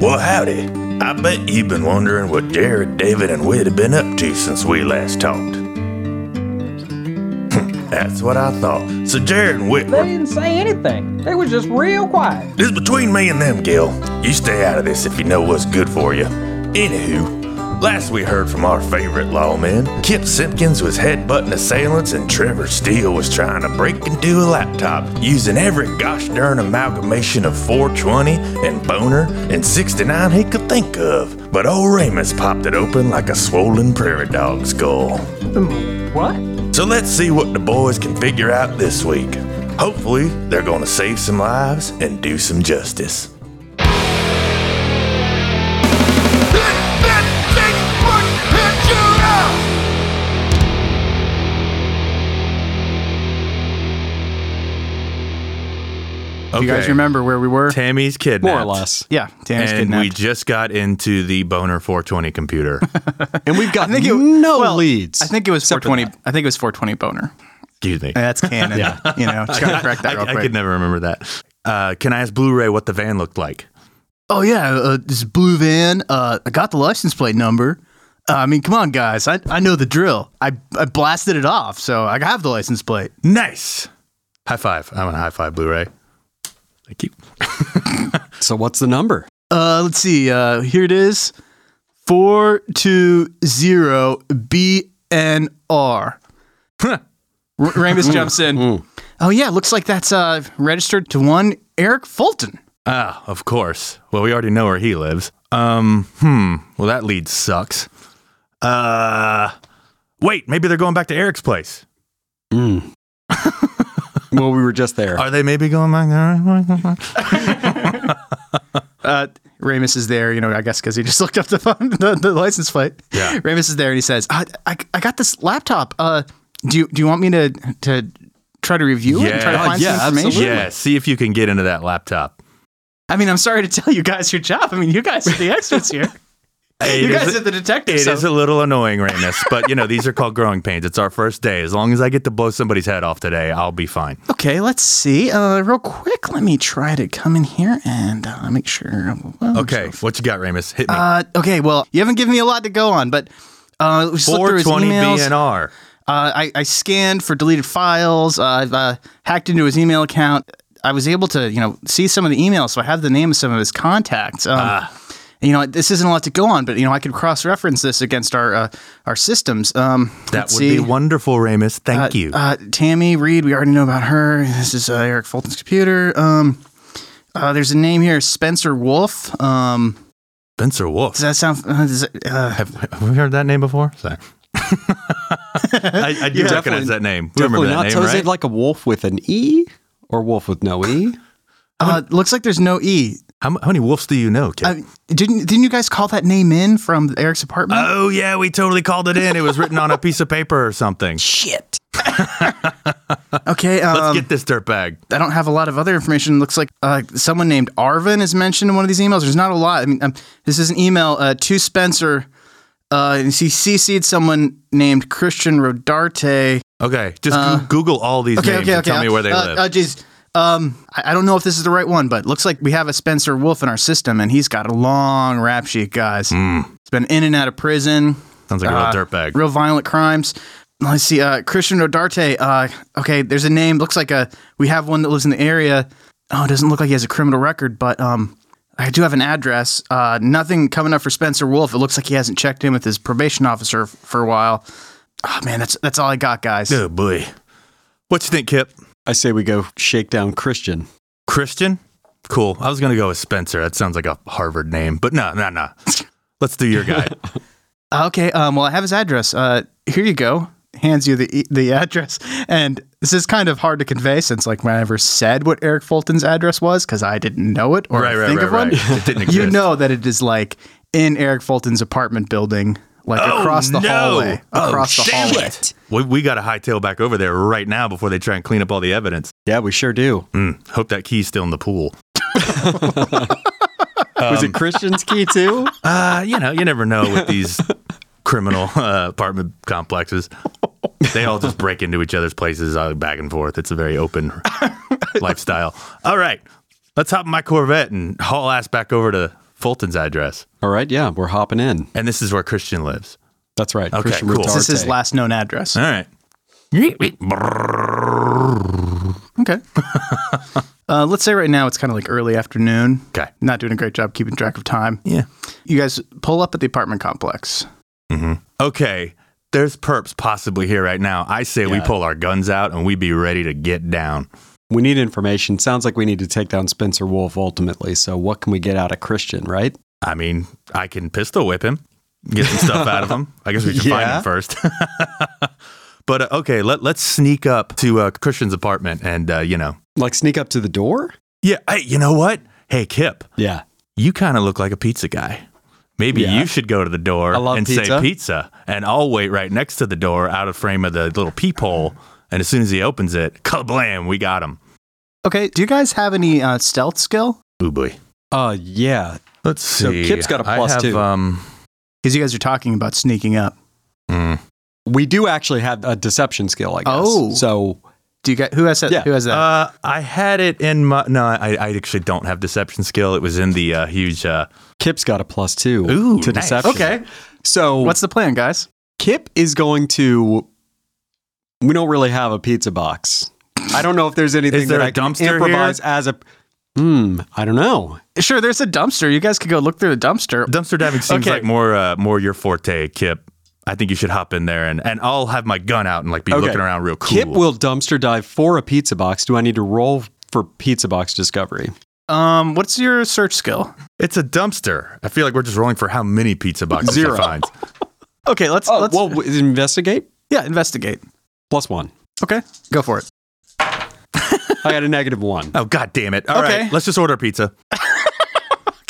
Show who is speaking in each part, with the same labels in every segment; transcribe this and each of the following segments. Speaker 1: Well, howdy. I bet you've been wondering what Jared, David, and Whit have been up to since we last talked. That's what I thought. So Jared and Whit
Speaker 2: They
Speaker 1: were.
Speaker 2: didn't say anything. They was just real quiet.
Speaker 1: It's between me and them, Gil. You stay out of this if you know what's good for you. Anywho, last we heard from our favorite lawman, Kip Simpkins was headbutting assailants and Trevor Steele was trying to break into a laptop using every gosh darn amalgamation of 420 and boner and 69 he could think of. But old Ramus popped it open like a swollen prairie dog skull.
Speaker 2: Hmm, What?
Speaker 1: So let's see what the boys can figure out this week. Hopefully, they're going to save some lives and do some justice.
Speaker 3: Do you guys remember where we were?
Speaker 4: Tammy's kidnapped.
Speaker 5: More or less.
Speaker 3: Yeah, Tammy's
Speaker 4: And
Speaker 3: kidnapped.
Speaker 4: we just got into the boner 420 computer.
Speaker 5: And we've got
Speaker 3: I think it,
Speaker 5: no
Speaker 3: well,
Speaker 5: leads.
Speaker 3: I think it was
Speaker 5: except for
Speaker 3: 420. I think it was 420 boner.
Speaker 4: Excuse me.
Speaker 3: That's canon. yeah. You know, just gotta correct that
Speaker 4: I,
Speaker 3: real
Speaker 4: I
Speaker 3: quick.
Speaker 4: could never remember that. Uh, can I ask Blu-ray what the van looked like?
Speaker 3: Oh yeah, uh, this blue van. Uh, I got the license plate number. Uh, I mean, come on, guys. I, I know the drill. I, I blasted it off, so I have the license plate.
Speaker 4: Nice. High five. I'm gonna high five Blu-ray. Thank you.
Speaker 5: that. So what's the number?
Speaker 3: Uh, let's see. Uh, here it is. Four two zero BNR. R. Ramus jumps in. Oh yeah, looks like that's uh, registered to one Eric Fulton.
Speaker 4: Ah, of course. Well, we already know where he lives. Um, hmm. Well, that lead sucks. Uh, wait. Maybe they're going back to Eric's place.
Speaker 5: Well, we were just there.
Speaker 4: Are they maybe going back there?
Speaker 3: Uh, Ramus is there, you know, I guess because he just looked up the, phone, the the license plate.
Speaker 4: Yeah.
Speaker 3: Ramus is there and he says, I, I, I got this laptop. Uh, do you, do you want me to to try to review it and try to
Speaker 4: Yeah.
Speaker 3: find
Speaker 5: Yeah,
Speaker 3: some information?
Speaker 5: absolutely.
Speaker 4: yeah. See if you can get into that laptop.
Speaker 3: I mean, I'm sorry to tell you guys your job. I mean, you guys are the experts here.
Speaker 4: It is-
Speaker 3: you guys are the
Speaker 4: It
Speaker 3: detectives.
Speaker 4: is
Speaker 3: so-
Speaker 4: a little annoying, Ramus, but you know, these are called growing pains. It's our first day. As long as I get to blow somebody's head off today, I'll be fine.
Speaker 3: Okay, let's see. Uh, real quick, let me try to come in here and uh, make sure.
Speaker 4: Okay, what you got, Ramus? Hit me.
Speaker 3: Uh, okay. Well, you haven't given me a lot to go on, but uh, just looked through his
Speaker 4: 420
Speaker 3: emails.
Speaker 4: BNR.
Speaker 3: Uh, I, I scanned for deleted files. Uh, I've uh, hacked into his email account. I was able to, you know, see some of the emails, so I have the name of some of his contacts. Um,
Speaker 4: Ah.
Speaker 3: You know, this isn't a lot to go on, but you know, I could cross-reference this against our uh, our systems. Um,
Speaker 4: That would
Speaker 3: let's
Speaker 4: be
Speaker 3: see.
Speaker 4: wonderful, Ramus. Thank you.
Speaker 3: Uh, Tammy Reed, we already know about her. This is uh, Eric Fulton's computer. Um, uh, there's a name here, Spencer Wolf. Um,
Speaker 4: Spencer Wolf.
Speaker 3: does that sound? Uh, does it, uh,
Speaker 4: have, have we heard that name before? Sorry. I, I do
Speaker 5: Yeah.
Speaker 4: recognize
Speaker 5: Definitely-
Speaker 4: that name. We remember
Speaker 5: Definitely
Speaker 4: that
Speaker 5: not.
Speaker 4: name,
Speaker 5: So is
Speaker 4: right?
Speaker 5: it like a wolf with an E or wolf with no E?
Speaker 3: uh, looks like there's no E.
Speaker 4: how, m- how many wolves do you know, Kip?
Speaker 3: Uh, didn't didn't you guys call that name in from Eric's apartment?
Speaker 4: oh, yeah, we totally called it in. It was written on a piece of paper or something.
Speaker 5: Shit.
Speaker 3: okay,
Speaker 4: Let's
Speaker 3: um,
Speaker 4: get this dirtbag.
Speaker 3: I don't have a lot of other information. Looks like uh, someone named Arvin is mentioned in one of these emails. There's not a lot. I mean, um, this is an email uh, to Spencer. Uh, and he CC'd someone named Christian Rodarte.
Speaker 4: Okay, just goo- Google all these names and tell me where they
Speaker 3: uh,
Speaker 4: live.
Speaker 3: Uh, geez. Um, I, I don't know if this is the right one, but looks like we have a Spencer Wolf in our system, and he's got a long rap sheet, guys.
Speaker 4: Hmm.
Speaker 3: He's been in and out of prison,
Speaker 4: Sounds like a
Speaker 3: uh,
Speaker 4: real dirtbag.
Speaker 3: real violent crimes. Let's see, uh, Christian Rodarte. Uh, okay, there's a name. Looks like a we have one that lives in the area. Oh, it doesn't look like he has a criminal record, but um, I do have an address. Uh, nothing coming up for Spencer Wolf. It looks like he hasn't checked in with his probation officer f- for a while. Oh man, that's that's all I got, guys.
Speaker 4: oh, boy. What you think, Kip?
Speaker 5: I say we go shake down Christian.
Speaker 4: Christian? Cool. I was going to go with Spencer. That sounds like a Harvard name, but no, no, no. Let's do your guy.
Speaker 3: Okay. Um, well, I have his address. Uh, here you go. Hands you the e, the address, and this is kind of hard to convey since like when I ever said what Eric Fulton's address was because I didn't know it or
Speaker 4: right, right,
Speaker 3: think
Speaker 4: right,
Speaker 3: of one.
Speaker 4: right. It didn't exist.
Speaker 3: You know that it is like in Eric Fulton's apartment building, like across the
Speaker 4: Oh, no.
Speaker 3: hallway,
Speaker 4: Oh,
Speaker 3: across the
Speaker 4: damn
Speaker 3: hallway.
Speaker 4: it. We, we got to hightail back over there right now before they try and clean up all the evidence.
Speaker 5: Yeah, we sure do.
Speaker 4: Mm, hope that key's still in the pool.
Speaker 5: Was it Christian's key too?
Speaker 4: Uh, you know, you never know with these criminal uh, apartment complexes. They all just break into each other's places uh, back and forth. It's a very open lifestyle. All right, let's hop in my Corvette and haul ass back over to Fulton's address,
Speaker 5: All right, yeah, we're hopping in.
Speaker 4: and this is where Christian lives.
Speaker 5: That's right.
Speaker 4: Okay,
Speaker 5: Christian
Speaker 4: cool.
Speaker 5: Rodarte.
Speaker 3: This is his last known address.
Speaker 4: All right.
Speaker 3: Okay. uh, let's say right now it's kind of like early afternoon.
Speaker 4: Okay.
Speaker 3: Not doing a great job keeping track of time.
Speaker 4: Yeah.
Speaker 3: You guys pull up at the apartment complex.
Speaker 4: Okay. There's perps possibly here right now. I say we
Speaker 5: Yeah.
Speaker 4: pull our guns out and we be ready to get down.
Speaker 5: We need information. Sounds like we need to take down Spencer Wolf ultimately. So, what can we get out of Christian, right?
Speaker 4: I mean, I can pistol whip him, get some stuff out of him. I guess we should find
Speaker 5: Yeah.
Speaker 4: him first. but uh, okay, let, let's sneak up to uh, Christian's apartment and, uh, you know.
Speaker 5: Like sneak up to the door?
Speaker 4: Yeah. Hey, you know what? Hey, Kip,
Speaker 5: Yeah.
Speaker 4: you kind of look like a pizza guy. Maybe
Speaker 5: Yeah.
Speaker 4: you should go to the door
Speaker 5: I love
Speaker 4: and say
Speaker 5: pizza.
Speaker 4: pizza, and I'll wait right next to the door out of frame of the little peephole. And as soon as he opens it, kablam, we got him.
Speaker 3: Okay. Do you guys have any uh, stealth skill?
Speaker 4: Ooh, boy.
Speaker 5: Uh, yeah.
Speaker 4: Let's
Speaker 5: So
Speaker 4: see.
Speaker 5: Kip's got a
Speaker 4: I
Speaker 5: plus
Speaker 4: have,
Speaker 5: two.
Speaker 4: Um,
Speaker 3: Because you guys are talking about sneaking up.
Speaker 4: mm,
Speaker 5: We do actually have a deception skill, I guess.
Speaker 3: Oh.
Speaker 5: So,
Speaker 3: Do you guys? Who has that?
Speaker 5: Yeah.
Speaker 3: Who has that?
Speaker 4: Uh, I had it in my. No, I, I actually don't have deception skill. It was in the uh, huge. Uh,
Speaker 5: Kip's got a plus two
Speaker 4: Ooh,
Speaker 5: to
Speaker 4: nice.
Speaker 5: deception.
Speaker 3: okay.
Speaker 5: So,
Speaker 3: What's the plan, guys?
Speaker 5: Kip is going to. We don't really have a pizza box. I don't know if there's anything
Speaker 4: there
Speaker 5: that
Speaker 4: a
Speaker 5: I can
Speaker 4: dumpster here?
Speaker 5: improvise as a. Hmm. I don't know.
Speaker 3: Sure. There's a dumpster. You guys could go look through the dumpster.
Speaker 4: dumpster diving seems
Speaker 3: Okay.
Speaker 4: like more uh, more your forte, Kip. I think you should hop in there and, and I'll have my gun out and like be
Speaker 5: Okay.
Speaker 4: looking around real cool.
Speaker 5: Kip will dumpster dive for a pizza box. Do I need to roll for pizza box discovery?
Speaker 3: Um. What's your search skill?
Speaker 4: It's a dumpster. I feel like we're just rolling for how many pizza boxes
Speaker 5: Zero.
Speaker 4: Zero. finds.
Speaker 3: Okay. Let's.
Speaker 5: Oh,
Speaker 3: let's
Speaker 5: well, w- investigate
Speaker 3: yeah. Investigate.
Speaker 5: plus one.
Speaker 3: Okay. Go for it.
Speaker 5: I got a negative one.
Speaker 4: Oh god damn it! All right,
Speaker 3: Okay.
Speaker 4: let's just order pizza.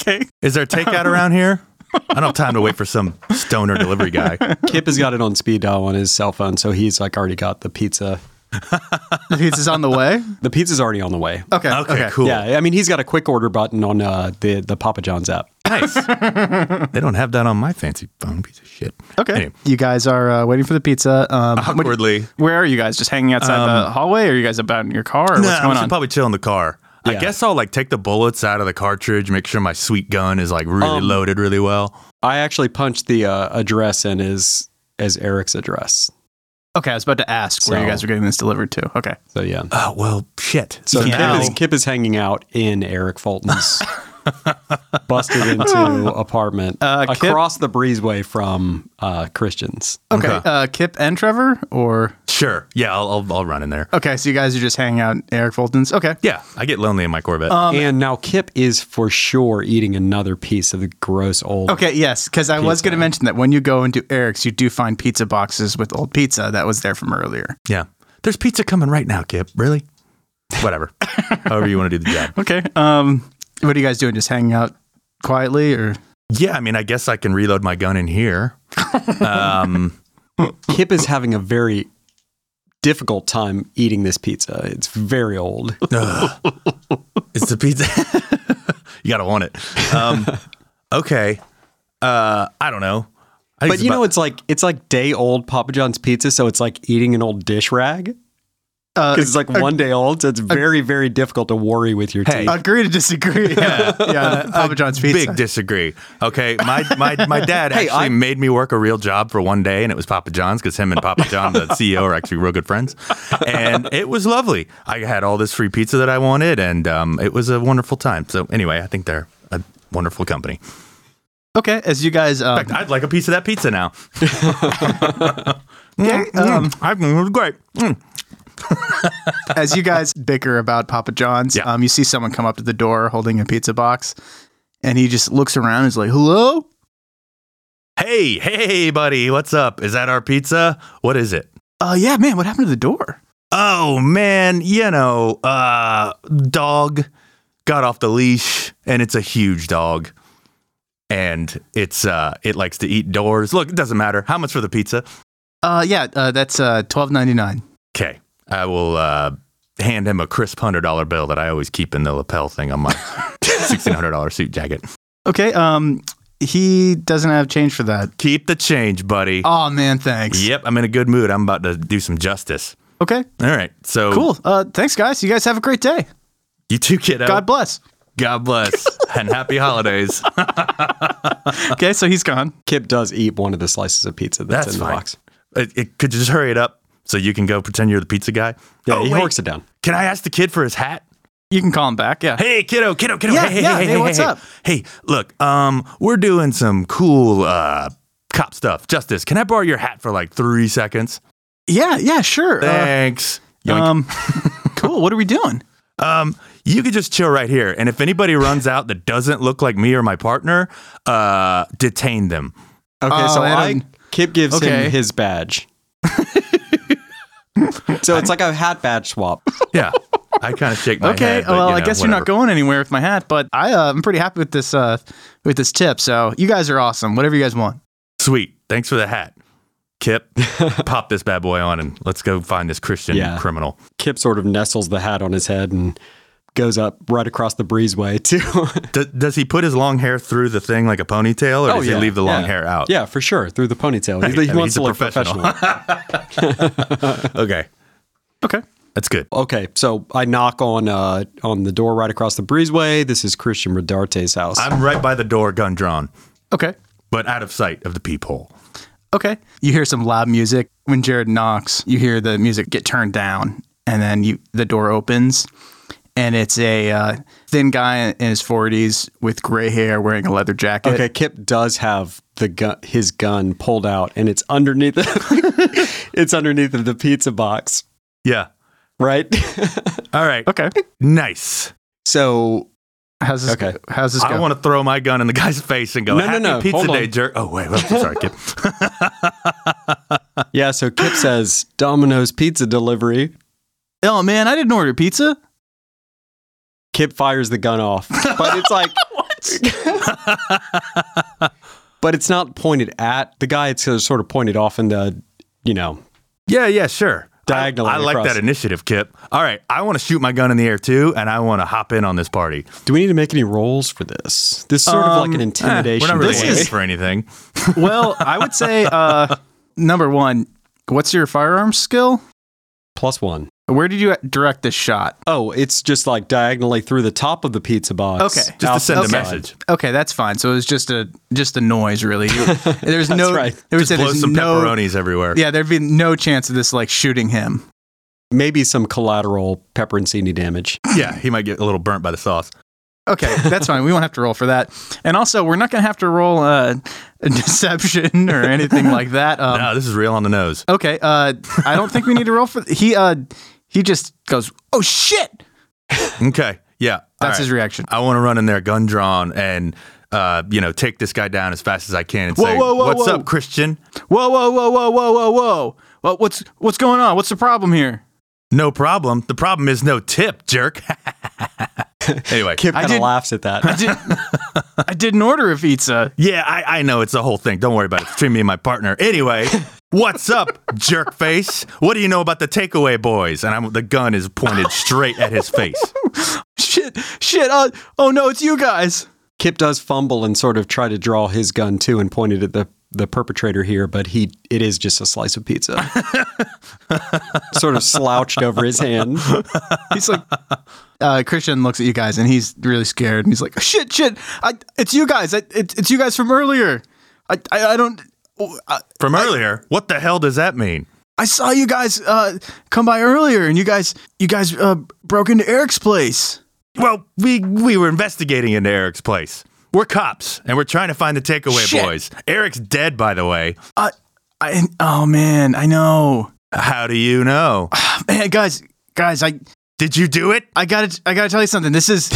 Speaker 3: Okay.
Speaker 4: Is there takeout around here? I don't have time to wait for some stoner delivery guy.
Speaker 5: Kip has got it on speed dial on his cell phone, so he's like already got the pizza.
Speaker 3: The pizza's on the way.
Speaker 5: The pizza's already on the way.
Speaker 3: Okay.
Speaker 4: Okay, cool.
Speaker 5: Yeah, I mean he's got a quick order button on uh, the the Papa John's app.
Speaker 4: Nice. they don't have that on my fancy phone. Piece of shit.
Speaker 3: Okay.
Speaker 4: Anyway.
Speaker 3: You guys are uh, waiting for the pizza. Um, what-
Speaker 4: Awkwardly.
Speaker 3: where are you guys? Just hanging outside the hallway? Or are you guys about in your car? Or
Speaker 4: No,
Speaker 3: what's
Speaker 4: we
Speaker 3: going
Speaker 4: should
Speaker 3: on?
Speaker 4: probably chill in the car. I
Speaker 5: Yeah.
Speaker 4: guess I'll like take the bullets out of the cartridge, make sure my sweet gun is like really
Speaker 5: Um,
Speaker 4: loaded really well.
Speaker 5: I actually punched the uh, address in as as Eric's address.
Speaker 3: okay, I was about to ask where
Speaker 5: So-
Speaker 3: you guys are getting this delivered to. Okay.
Speaker 5: So yeah.
Speaker 4: Oh well, shit.
Speaker 5: So Kip
Speaker 4: now,
Speaker 5: is, Kip is hanging out in Eric Fulton's busted into apartment
Speaker 3: Uh, Kip-
Speaker 5: across the breezeway from uh, Christian's.
Speaker 3: Okay.
Speaker 4: Okay.
Speaker 3: Uh, Kip and Trevor, or
Speaker 4: sure. Yeah, I'll, I'll I'll run in there.
Speaker 3: okay, so you guys are just hanging out. in Eric Fulton's. Okay.
Speaker 4: Yeah, I get lonely in my Corvette.
Speaker 3: Um,
Speaker 5: and now Kip is for sure eating another piece of the gross old.
Speaker 3: Okay. Yes, because I was going to mention that when you go into Eric's, you do find pizza boxes with old pizza that was there from earlier.
Speaker 4: yeah, there's pizza coming right now, Kip. Really? Whatever. However you want to do the job.
Speaker 3: Okay. Um, what are you guys doing? Just hanging out quietly, or
Speaker 4: Yeah, I mean, I guess I can reload my gun in here. Um,
Speaker 5: Kip is having a very difficult time eating this pizza. It's very old.
Speaker 4: It's the pizza. you gotta want it. Um, okay. Uh, I don't know. I think
Speaker 5: But
Speaker 4: it's
Speaker 5: you
Speaker 4: about-
Speaker 5: know, it's like it's like day old Papa John's pizza, so it's like eating an old dish rag.
Speaker 3: uh,
Speaker 5: Because it's like one day old, so it's very, very difficult to worry with your teeth.
Speaker 3: agree to disagree? Yeah. yeah. Papa John's pizza.
Speaker 4: Big disagree. Okay, my my my dad
Speaker 5: Hey,
Speaker 4: actually
Speaker 5: I-
Speaker 4: made me work a real job for one day, and it was Papa John's because him and Papa John, the CEO, are actually real good friends, and it was lovely. I had all this free pizza that I wanted, and um, it was a wonderful time. So anyway, I think they're a wonderful company.
Speaker 3: Okay, as you guys, uh,
Speaker 4: In fact, I'd like a piece of that pizza now. Mm,
Speaker 3: um,
Speaker 4: mm, I think it was great. Mm.
Speaker 3: as you guys bicker about Papa John's,
Speaker 4: Yeah.
Speaker 3: um, you see someone come up to the door holding a pizza box, and he just looks around. and is like, "Hello."
Speaker 4: Hey, hey, buddy, what's up? Is that our pizza? What is it?
Speaker 3: Uh, yeah, man, what happened to the door?
Speaker 4: Oh man, you know, uh dog got off the leash and it's a huge dog. And it's uh it likes to eat doors. Look, it doesn't matter. How much for the pizza?
Speaker 3: Uh, yeah, uh, that's uh twelve ninety nine.
Speaker 4: Okay. I will uh hand him a crisp hundred dollar bill that I always keep in the lapel thing on my sixteen hundred dollar suit jacket.
Speaker 3: Okay, um, he doesn't have change for that.
Speaker 4: Keep the change, buddy.
Speaker 3: Oh man, thanks.
Speaker 4: Yep, I'm in a good mood. I'm about to do some justice.
Speaker 3: Okay,
Speaker 4: All right. So
Speaker 3: cool. Uh, thanks, guys. You guys have a great day.
Speaker 4: you two kiddo.
Speaker 3: God bless.
Speaker 4: God bless. and happy holidays. Uh,
Speaker 3: Okay, so he's gone.
Speaker 5: Kip does eat one of the slices of pizza that's,
Speaker 4: That's
Speaker 5: in the
Speaker 4: fine.
Speaker 5: box.
Speaker 4: It, it- could you just hurry it up so you can go pretend you're the pizza guy?
Speaker 5: Yeah,
Speaker 4: Oh,
Speaker 5: he
Speaker 4: wait.
Speaker 5: works it down.
Speaker 4: Can I ask the kid for his hat?
Speaker 3: You can call him back. Yeah.
Speaker 4: Hey, kiddo, kiddo, kiddo.
Speaker 3: Yeah,
Speaker 4: hey, hey,
Speaker 3: yeah,
Speaker 4: hey,
Speaker 3: hey, what's
Speaker 4: hey,
Speaker 3: up?
Speaker 4: Hey, look, um, we're doing some cool uh, cop stuff. Justice, can I borrow your hat for like three seconds?
Speaker 3: Yeah, yeah, sure. Uh,
Speaker 4: Thanks. Yoink.
Speaker 3: um, cool. What are we doing?
Speaker 4: Um, you could just chill right here, and if anybody runs out that doesn't look like me or my partner, uh, detain them.
Speaker 5: Okay,
Speaker 3: Oh,
Speaker 5: so
Speaker 3: I
Speaker 5: I,
Speaker 3: don't-
Speaker 5: Kip gives
Speaker 3: Okay.
Speaker 5: him his badge. so it's like a hat badge swap.
Speaker 4: Yeah, I kind of shake my
Speaker 3: okay.
Speaker 4: head. but,
Speaker 3: well,
Speaker 4: you
Speaker 3: I
Speaker 4: know,
Speaker 3: guess you're not
Speaker 4: whatever.
Speaker 3: going anywhere with my hat, but I uh, I'm pretty happy with this uh with this tip. So you guys are awesome. Whatever you guys want.
Speaker 4: Sweet, thanks for the hat, Kip. pop this bad boy on, and let's go find this Christian
Speaker 5: Yeah.
Speaker 4: criminal.
Speaker 5: Kip sort of nestles the hat on his head and goes up right across the breezeway too.
Speaker 4: D- does he put his long hair through the thing like a ponytail, or
Speaker 5: Oh,
Speaker 4: does
Speaker 5: yeah,
Speaker 4: he leave the long
Speaker 5: yeah.
Speaker 4: hair out?
Speaker 5: yeah, for sure. Through the ponytail. He, he
Speaker 4: I mean, he's
Speaker 5: wants
Speaker 4: a
Speaker 5: to look
Speaker 4: professional.
Speaker 5: professional.
Speaker 4: Okay,
Speaker 3: Okay.
Speaker 4: that's good.
Speaker 5: okay, so I knock on uh, on the door right across the breezeway. This is Christian Redarte's house.
Speaker 4: I'm right by the door, gun drawn,
Speaker 3: Okay.
Speaker 4: but out of sight of the peephole.
Speaker 3: Okay. You hear some loud music. When Jared knocks, you hear the music get turned down, and then you the door opens, and it's a uh, thin guy in his 40s with gray hair, wearing a leather jacket.
Speaker 5: Okay, Kip does have the gun, his gun pulled out, and it's underneath. it's underneath of the pizza box,
Speaker 4: Yeah.
Speaker 5: right?
Speaker 4: All right.
Speaker 3: Okay.
Speaker 4: Nice.
Speaker 5: so
Speaker 3: How's this?
Speaker 5: Okay.
Speaker 3: How's this
Speaker 4: I
Speaker 3: go?
Speaker 4: want to throw my gun in the guy's face and go,
Speaker 5: No, no,
Speaker 4: Happy
Speaker 5: no,
Speaker 4: Pizza
Speaker 5: hold
Speaker 4: Day,
Speaker 5: on.
Speaker 4: jerk. Oh, wait, wait sorry, kid.
Speaker 5: yeah, so Kip says Domino's pizza delivery.
Speaker 3: oh man, I didn't order pizza.
Speaker 5: Kip fires the gun off, but it's like but it's not pointed at the guy. It's sort of pointed off in the, you know,
Speaker 4: Yeah, yeah, sure.
Speaker 5: Diagonally
Speaker 4: I, I like
Speaker 5: across.
Speaker 4: that initiative, Kip. All right, I want to shoot my gun in the air too, and I want to hop in on this party.
Speaker 5: do we need to make any rolls for this? This is sort of like an
Speaker 4: Eh,
Speaker 5: intimidation.
Speaker 4: we're not really
Speaker 5: roll.
Speaker 4: aiming for anything.
Speaker 3: Well, I would say uh, number one, what's your firearm skill?
Speaker 5: Plus one.
Speaker 3: Where did you direct this shot?
Speaker 5: Oh, it's just like diagonally through the top of the pizza box.
Speaker 3: Okay.
Speaker 4: Just to send a
Speaker 5: outside.
Speaker 4: message.
Speaker 3: Okay, that's fine. So it was just a just a noise, really. There's no
Speaker 5: right.
Speaker 3: there was
Speaker 4: Just blow
Speaker 3: there's
Speaker 4: some
Speaker 3: no
Speaker 4: pepperonis everywhere.
Speaker 3: yeah there'd be no chance of this like shooting him.
Speaker 5: Maybe some collateral pepperoncini damage.
Speaker 4: yeah, he might get a little burnt by the sauce.
Speaker 3: Okay, that's fine. We won't have to roll for that. And also, we're not going to have to roll uh, a deception or anything like that. Um,
Speaker 4: no, this is real on the nose.
Speaker 3: Okay, uh, I don't think we need to roll for he. Uh, he just goes, "Oh shit!"
Speaker 4: Okay, yeah. all
Speaker 3: That's
Speaker 4: right.
Speaker 3: his reaction.
Speaker 4: I want to run in there, gun drawn, and uh, you know, take this guy down as fast as I can and
Speaker 3: Whoa,
Speaker 4: say,
Speaker 3: whoa, whoa,
Speaker 4: "What's
Speaker 3: whoa.
Speaker 4: up, Christian?
Speaker 3: Whoa, whoa, whoa, whoa, whoa, whoa, whoa! Well, what's what's going on? What's the problem here?
Speaker 4: No problem. The problem is no tip, jerk." anyway,
Speaker 5: Kip kind of
Speaker 3: did-
Speaker 5: laughs at that.
Speaker 3: I, did, I didn't order a pizza.
Speaker 4: Yeah, I, I know it's the whole thing. Don't worry about it. It's between me and my partner. Anyway, what's up, jerk face? What do you know about the takeaway boys? And I'm, the gun is pointed straight at his face.
Speaker 3: Shit, shit! Uh, oh no, it's you guys.
Speaker 5: Kip does fumble and sort of try to draw his gun too and point it at the the perpetrator here, but he it is just a slice of pizza. sort of slouched over his hand.
Speaker 3: He's like, uh, Christian looks at you guys and he's really scared. And he's like, shit, shit, I, it's you guys. I, it, it's you guys from earlier. I, I, I don't. I,
Speaker 4: From earlier, what the hell does that mean?
Speaker 3: I saw you guys uh, come by earlier, and you guys, you guys uh, broke into Eric's place.
Speaker 4: Well, we we were investigating into Eric's place. We're cops, and we're trying to find the takeaway
Speaker 3: Shit.
Speaker 4: boys. Eric's dead, by the way.
Speaker 3: I, I, oh man, I know,
Speaker 4: How do you know?
Speaker 3: man, guys, guys, I,
Speaker 4: Did you do it?
Speaker 3: I gotta, I gotta tell you something. This is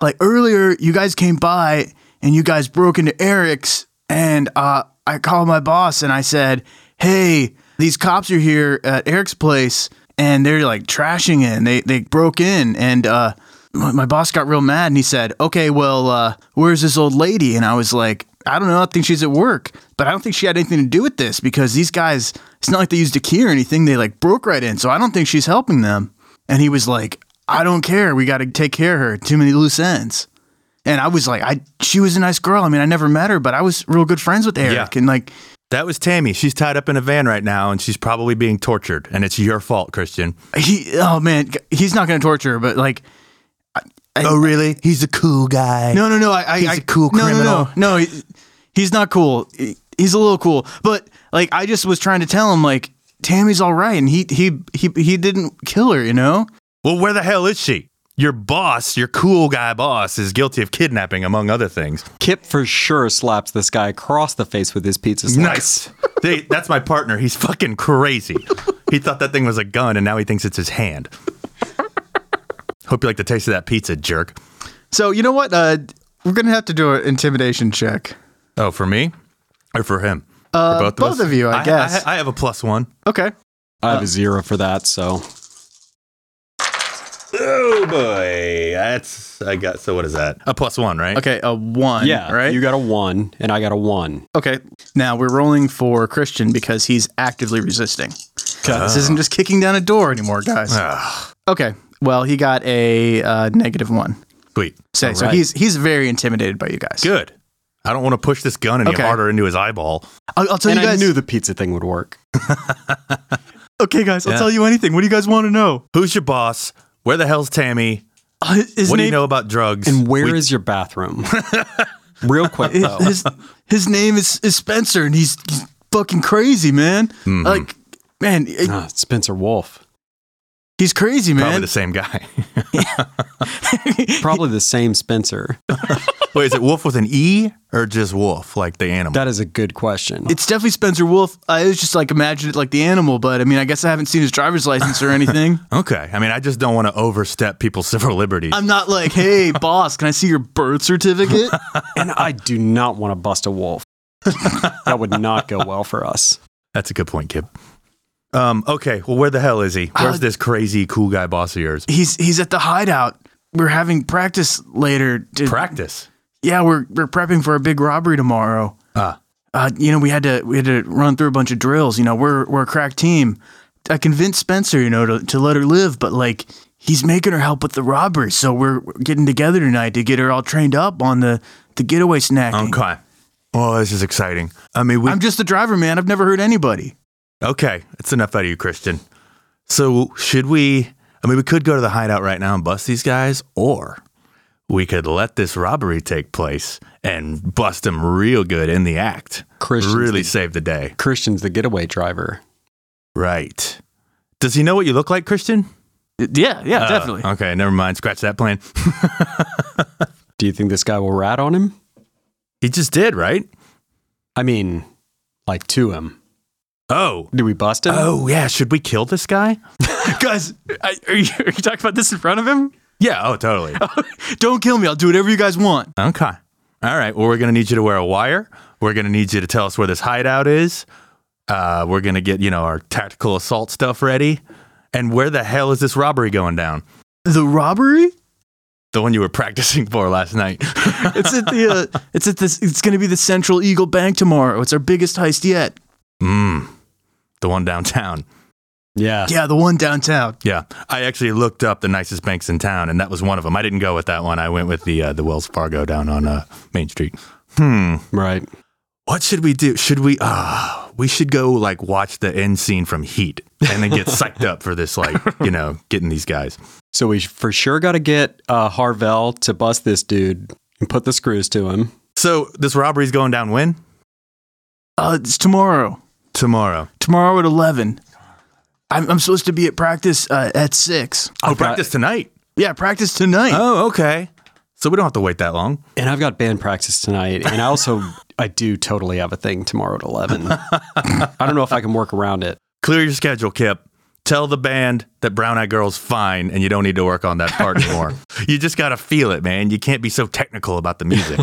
Speaker 3: like earlier, you guys came by and you guys broke into Eric's, and uh, I called my boss and I said, "Hey, these cops are here at Eric's place, and they're like trashing it. And they they broke in, and uh, my my boss got real mad, and he said, "Okay, well, uh, where's this old lady?" And I was like. I don't know. I think she's at work, but I don't think she had anything to do with this because these guys, it's not like they used a key or anything. They like broke right in. So I don't think she's helping them. And he was like, I don't care. We got to take care of her. Too many loose ends. And I was like, I she was a nice girl. I mean, I never met her, but I was real good friends with Eric.
Speaker 4: Yeah.
Speaker 3: And like,
Speaker 4: That was Tammy. She's tied up in a van right now, and she's probably being tortured. And it's your fault, Christian.
Speaker 3: he, oh man, he's not going to torture her, but like, I,
Speaker 1: oh, really? He's a cool guy.
Speaker 3: No, no, no. I, I,
Speaker 1: He's
Speaker 3: I-
Speaker 1: a cool
Speaker 3: no,
Speaker 1: criminal.
Speaker 3: No, no, no. he- he's not cool. He- He's a little cool, but like I just was trying to tell him, like Tammy's all right, and he he he he didn't kill her, you know.
Speaker 4: Well, where the hell is she? Your boss, your cool guy boss, is guilty of kidnapping, among other things.
Speaker 5: Kip for sure slaps this guy across the face with his pizza
Speaker 4: Nice.
Speaker 5: slice.
Speaker 4: They- that's my partner. He's fucking crazy. He thought that thing was a gun, and now he thinks it's his hand. Hope you like the taste of that pizza, jerk.
Speaker 3: So you know what? Uh, we're gonna have to do an intimidation check.
Speaker 4: Oh, for me or for him? for both of
Speaker 3: Uh,
Speaker 4: us?
Speaker 3: both of you, I guess.
Speaker 4: I, have a plus one.
Speaker 3: Okay.
Speaker 5: I
Speaker 4: Uh,
Speaker 5: have a zero for that, so
Speaker 4: Oh boy, that's I got. So what is that? A plus one, right?
Speaker 3: Okay. A one.
Speaker 5: yeah,
Speaker 3: Right.
Speaker 5: You got a one, and I got a one.
Speaker 3: okay. Now we're rolling for Christian because he's actively resisting. This isn't just kicking down a door anymore, guys.
Speaker 4: Ah,
Speaker 3: Okay. Well, he got a uh, negative one.
Speaker 4: sweet.
Speaker 3: Say so.
Speaker 5: right.
Speaker 3: He's he's very intimidated by you guys.
Speaker 4: Good. I don't want to push this gun any
Speaker 3: Okay.
Speaker 4: harder into his eyeball.
Speaker 3: I'll, I'll tell
Speaker 5: and
Speaker 3: you guys.
Speaker 5: I knew the pizza thing would work.
Speaker 3: okay, guys. I'll
Speaker 4: Yeah.
Speaker 3: tell you anything. What do you guys want to know?
Speaker 4: Who's your boss? Where the hell's Tammy?
Speaker 3: Uh, his
Speaker 4: what do
Speaker 3: name,
Speaker 4: you know about drugs?
Speaker 5: And where is your bathroom? Real quick
Speaker 4: Oh.
Speaker 5: though.
Speaker 3: His, his name is, is Spencer, and he's, he's fucking crazy, man.
Speaker 4: Hmm.
Speaker 3: Like, man, it-
Speaker 5: Ah, Spencer Wolf.
Speaker 3: he's crazy,
Speaker 4: Probably
Speaker 3: man.
Speaker 4: the same guy.
Speaker 5: Probably the same Spencer.
Speaker 4: Wait, is it Wolf with an E or just Wolf, like the animal?
Speaker 5: That is a good question.
Speaker 3: It's definitely Spencer Wolf. I was just like imagined it like the animal, but I mean, I guess I haven't seen his driver's license or anything.
Speaker 4: okay. I mean, I just don't want to overstep people's civil liberties.
Speaker 3: I'm not like, hey, boss, can I see your birth certificate?
Speaker 5: and I do not want to bust a wolf. that would not go well for us.
Speaker 4: That's a good point, Kip. Um, okay. Well, where the hell is he? Where's
Speaker 3: Uh,
Speaker 4: this crazy cool guy boss of yours?
Speaker 3: he's he's at the hideout. We're having practice later. to-
Speaker 4: Practice.
Speaker 3: yeah, we're we're prepping for a big robbery tomorrow.
Speaker 4: Ah.
Speaker 3: Uh, you know, we had to we had to run through a bunch of drills. You know, we're we're a crack team. I convinced Spencer, you know, to, to let her live, but like he's making her help with the robbery. So we're we're getting together tonight to get her all trained up on the the getaway snacking.
Speaker 4: Okay. Oh, this is exciting. I mean, we.
Speaker 3: I'm just the driver, man. I've never heard anybody.
Speaker 4: okay. It's enough out of you, Christian. So, should we? I mean, we could go to the hideout right now and bust these guys, or we could let this robbery take place and bust them real good in the act.
Speaker 5: Christian's
Speaker 4: really
Speaker 5: the-
Speaker 4: save the day.
Speaker 5: Christian's the getaway driver.
Speaker 4: Right. Does he know what you look like, Christian?
Speaker 3: Yeah, yeah,
Speaker 4: Uh,
Speaker 3: definitely.
Speaker 4: Okay, never mind. Scratch that plan.
Speaker 5: Do you think this guy will rat on him?
Speaker 4: he just did, right?
Speaker 5: I mean, like to him.
Speaker 4: Oh.
Speaker 5: Do we bust him?
Speaker 4: Oh, yeah. Should we kill this guy?
Speaker 3: Guys, I, are, you, are you talking about this in front of him?
Speaker 4: Yeah. Oh, totally.
Speaker 3: Don't kill me. I'll do whatever you guys want.
Speaker 4: okay. All right. Well, we're going to need you to wear a wire. We're going to need you to tell us where this hideout is. Uh, we're going to get, you know, our tactical assault stuff ready. And where the hell is this robbery going down?
Speaker 3: The robbery?
Speaker 4: The one you were practicing for last night.
Speaker 3: It's at the. Uh, it's at this. It's going to be the Central Eagle Bank tomorrow. It's our biggest heist yet.
Speaker 4: Mmm. The one downtown.
Speaker 5: Yeah.
Speaker 3: Yeah, the one downtown.
Speaker 4: Yeah, I actually looked up the nicest banks in town, and that was one of them. I didn't go with that one. I went with the uh, the Wells Fargo down on uh, Main Street. Hmm.
Speaker 5: Right.
Speaker 4: What should we do? Should we? Uh, we should go like watch the end scene from Heat, and then get psyched up for this, like you know, getting these guys.
Speaker 5: So we for sure got to get uh, Harvell to bust this dude and put the screws to him.
Speaker 4: So this robbery's going down when?
Speaker 3: Uh, it's tomorrow.
Speaker 4: Tomorrow.
Speaker 3: Tomorrow at eleven. I'm, I'm supposed to be at practice uh, at six.
Speaker 4: Oh, practice tonight.
Speaker 3: Yeah, practice tonight.
Speaker 4: Oh, okay. So we don't have to wait that long.
Speaker 5: And I've got band practice tonight. And I also, I do totally have a thing tomorrow at 11. I don't know if I can work around it.
Speaker 4: Clear your schedule, Kip. Tell the band that Brown Eyed Girl's fine and you don't need to work on that part anymore. you just got to feel it, man. You can't be so technical about the music.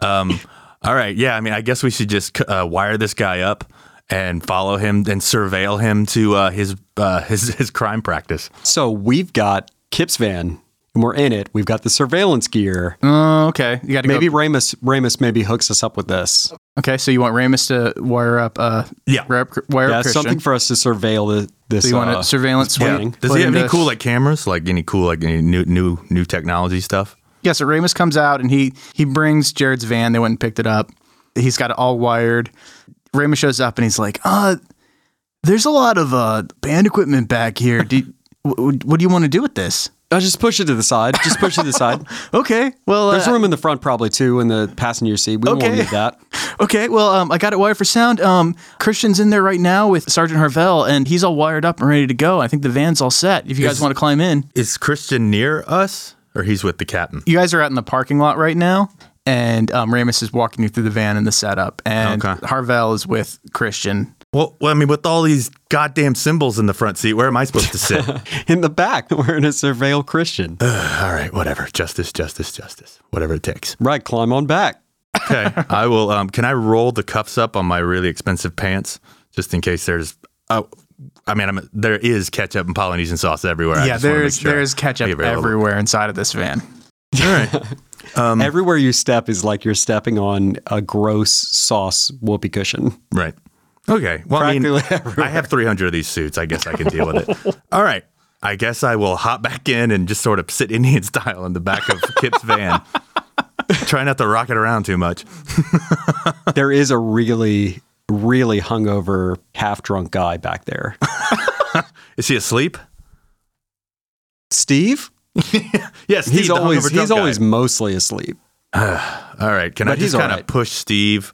Speaker 4: um, all right. Yeah. I mean, I guess we should just uh, wire this guy up and follow him and surveil him to uh, his, uh, his, his crime practice.
Speaker 5: So we've got Kip's van and we're in it. We've got the surveillance gear.
Speaker 3: Oh, okay. You got to
Speaker 5: Maybe Ramus, Ramus maybe hooks us up with this.
Speaker 3: Okay, so you want Ramus to wire up? Uh,
Speaker 4: Yeah.
Speaker 3: wire up, wire
Speaker 5: Yeah,
Speaker 3: up Christian.
Speaker 5: something for us to surveil the, this.
Speaker 3: so you want
Speaker 5: uh,
Speaker 3: a surveillance
Speaker 5: yeah.
Speaker 3: sweep?
Speaker 4: Does he have any
Speaker 3: Put
Speaker 4: cool
Speaker 3: into-
Speaker 4: like cameras? Like any cool like any new new new technology stuff?
Speaker 3: Yeah, so Ramus comes out and he he brings Jared's van. They went and picked it up. He's got it all wired. Ramus shows up and he's like, "Uh, there's a lot of uh band equipment back here. Do w- what do you want to do with this?
Speaker 5: I just push it to the side. Just push it to the side.
Speaker 3: Okay, well,
Speaker 5: There's
Speaker 3: uh,
Speaker 5: room in the front probably too in the passenger seat. We
Speaker 3: Okay.
Speaker 5: won't need that.
Speaker 3: okay, well, um, I got it wired for sound. Um, Christian's in there right now with Sergeant Harvell, and he's all wired up and ready to go. I think the van's all set. If you guys want to climb in,
Speaker 4: Is Christian near us or he's with the captain?
Speaker 3: you guys are out in the parking lot right now, and um, Ramus is walking you through the van and the setup, and
Speaker 4: Okay.
Speaker 3: Harvell is with Christian.
Speaker 4: Well, well, I mean, with all these goddamn symbols in the front seat, where am I supposed to sit? all
Speaker 5: In the back, we're in a surveil Christian.
Speaker 4: Uh, right, whatever. Justice, justice, justice. Whatever it takes.
Speaker 5: Right, climb on back.
Speaker 4: Okay, I will. Um, can I roll the cuffs up on my really expensive pants just in case there's? Oh, I mean, I'm, there is ketchup and Polynesian sauce everywhere. I
Speaker 3: yeah,
Speaker 4: just wanna make
Speaker 3: there's
Speaker 4: sure
Speaker 3: there's
Speaker 4: I
Speaker 3: ketchup
Speaker 4: give it a little-
Speaker 3: everywhere inside of this van.
Speaker 4: um,
Speaker 5: Everywhere you step is like you're stepping on a gross sauce whoopee cushion.
Speaker 4: Right. Okay. Well, I mean,
Speaker 5: Practically everywhere.
Speaker 4: I have 300 of these suits. I guess I can deal with it. All right. I guess I will hop back in and just sort of sit Indian style in the back of Kip's van. Try not to rock it around too much.
Speaker 5: There is a really, really hungover, half drunk guy back there.
Speaker 4: Is he asleep?
Speaker 5: Steve?
Speaker 4: Yes, Steve,
Speaker 5: he's
Speaker 4: the
Speaker 5: always
Speaker 4: hungover drunk
Speaker 5: he's
Speaker 4: guy.
Speaker 5: always mostly asleep.
Speaker 4: All right. Can I
Speaker 5: But he's
Speaker 4: just kind of
Speaker 5: all right.
Speaker 4: push Steve,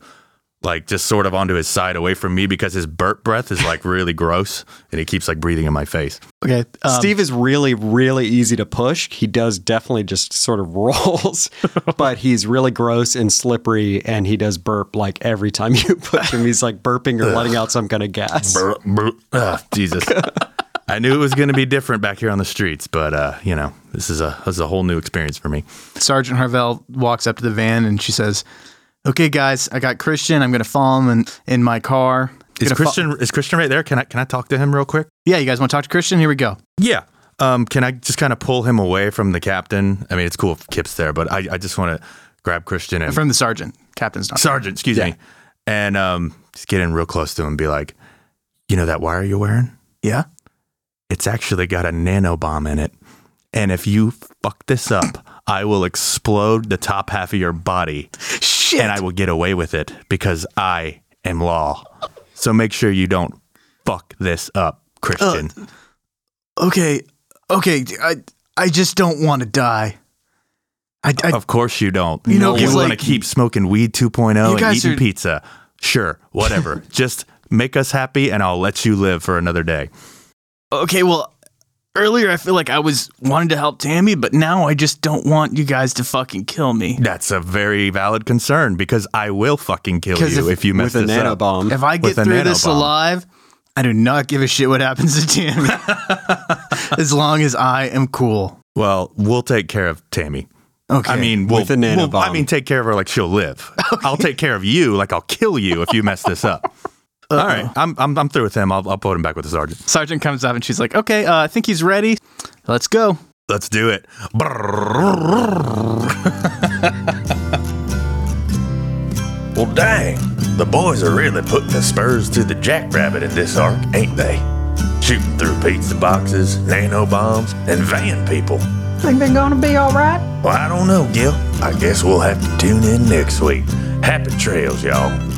Speaker 4: like just sort of onto his side away from me because his burp breath is like really gross and he keeps like breathing in my face.
Speaker 3: Okay, um,
Speaker 5: Steve is really, really easy to push. He does definitely just sort of rolls, but he's really gross and slippery, and he does burp like every time you push him. He's like burping or letting out some kind of gas.
Speaker 4: Burp, burp. Ugh, Ah, Jesus. I knew it was going to be different back here on the streets, but uh, you know, this is a this is a whole new experience for me.
Speaker 3: Sergeant Harvell walks up to the van and she says, "Okay, guys, I got Christian. I'm gonna follow him in, in my car."
Speaker 4: Is
Speaker 3: Gonna fo-
Speaker 4: Christian is Christian right there? Can I can I talk to him real quick?
Speaker 3: yeah, you guys want to talk to Christian? Here we go.
Speaker 4: Yeah. Um, can I just kind of pull him away from the captain? I mean, it's cool if Kip's there, but I, I just want to grab Christian and
Speaker 3: From the sergeant, captain's not.
Speaker 4: Sergeant, excuse me, and um, just get in real close to him and be like, you know that wire you're wearing?
Speaker 3: yeah.
Speaker 4: It's actually got a nanobomb in it, and if you fuck this up, I will explode the top half of your body,
Speaker 3: Shit.
Speaker 4: and I will get away with it because I am law. So make sure you don't fuck this up, Christian.
Speaker 3: Uh, okay, okay. I I just don't want to die. I, I
Speaker 4: Of course you don't.
Speaker 3: You
Speaker 4: You know,
Speaker 3: know, 'cause,
Speaker 4: you want
Speaker 3: like-
Speaker 4: to keep smoking weed 2.0
Speaker 3: You
Speaker 4: and
Speaker 3: guys
Speaker 4: eating
Speaker 3: are-
Speaker 4: pizza. Sure, whatever. Just make us happy and I'll let you live for another day.
Speaker 3: okay. Well, earlier I feel like I was wanted to help Tammy, but now I just don't want you guys to fucking kill me.
Speaker 4: That's a very valid concern because I will fucking kill
Speaker 3: 'Cause
Speaker 4: you
Speaker 3: if-
Speaker 4: if, you mess
Speaker 5: With a
Speaker 4: this up.
Speaker 5: nanobomb.
Speaker 3: If I get
Speaker 4: With a
Speaker 3: through this
Speaker 4: nanobomb.
Speaker 3: alive, I do not give a shit what happens to Tammy. as long as I am cool.
Speaker 4: Well, we'll take care of Tammy.
Speaker 3: Okay.
Speaker 4: I mean, we'll,
Speaker 5: With a
Speaker 4: we'll- I
Speaker 5: nanobomb.
Speaker 4: mean, take care of her like she'll live. I'll take care of you like I'll kill you if you mess this up.
Speaker 3: Uh,
Speaker 4: All right, I'm, I'm I'm through with him. I'll I'll put him back with the sergeant.
Speaker 3: Sergeant comes up and she's like, okay, uh, I think he's ready. Let's go.
Speaker 4: Let's do it.
Speaker 1: Well, dang, the boys are really putting the spurs to the jackrabbit in this arc, ain't they? Shooting through pizza boxes, nano bombs, and van people.
Speaker 2: Think they're gonna be all right?
Speaker 1: Well, I don't know, Gil. I guess we'll have to tune in next week. Happy trails, y'all.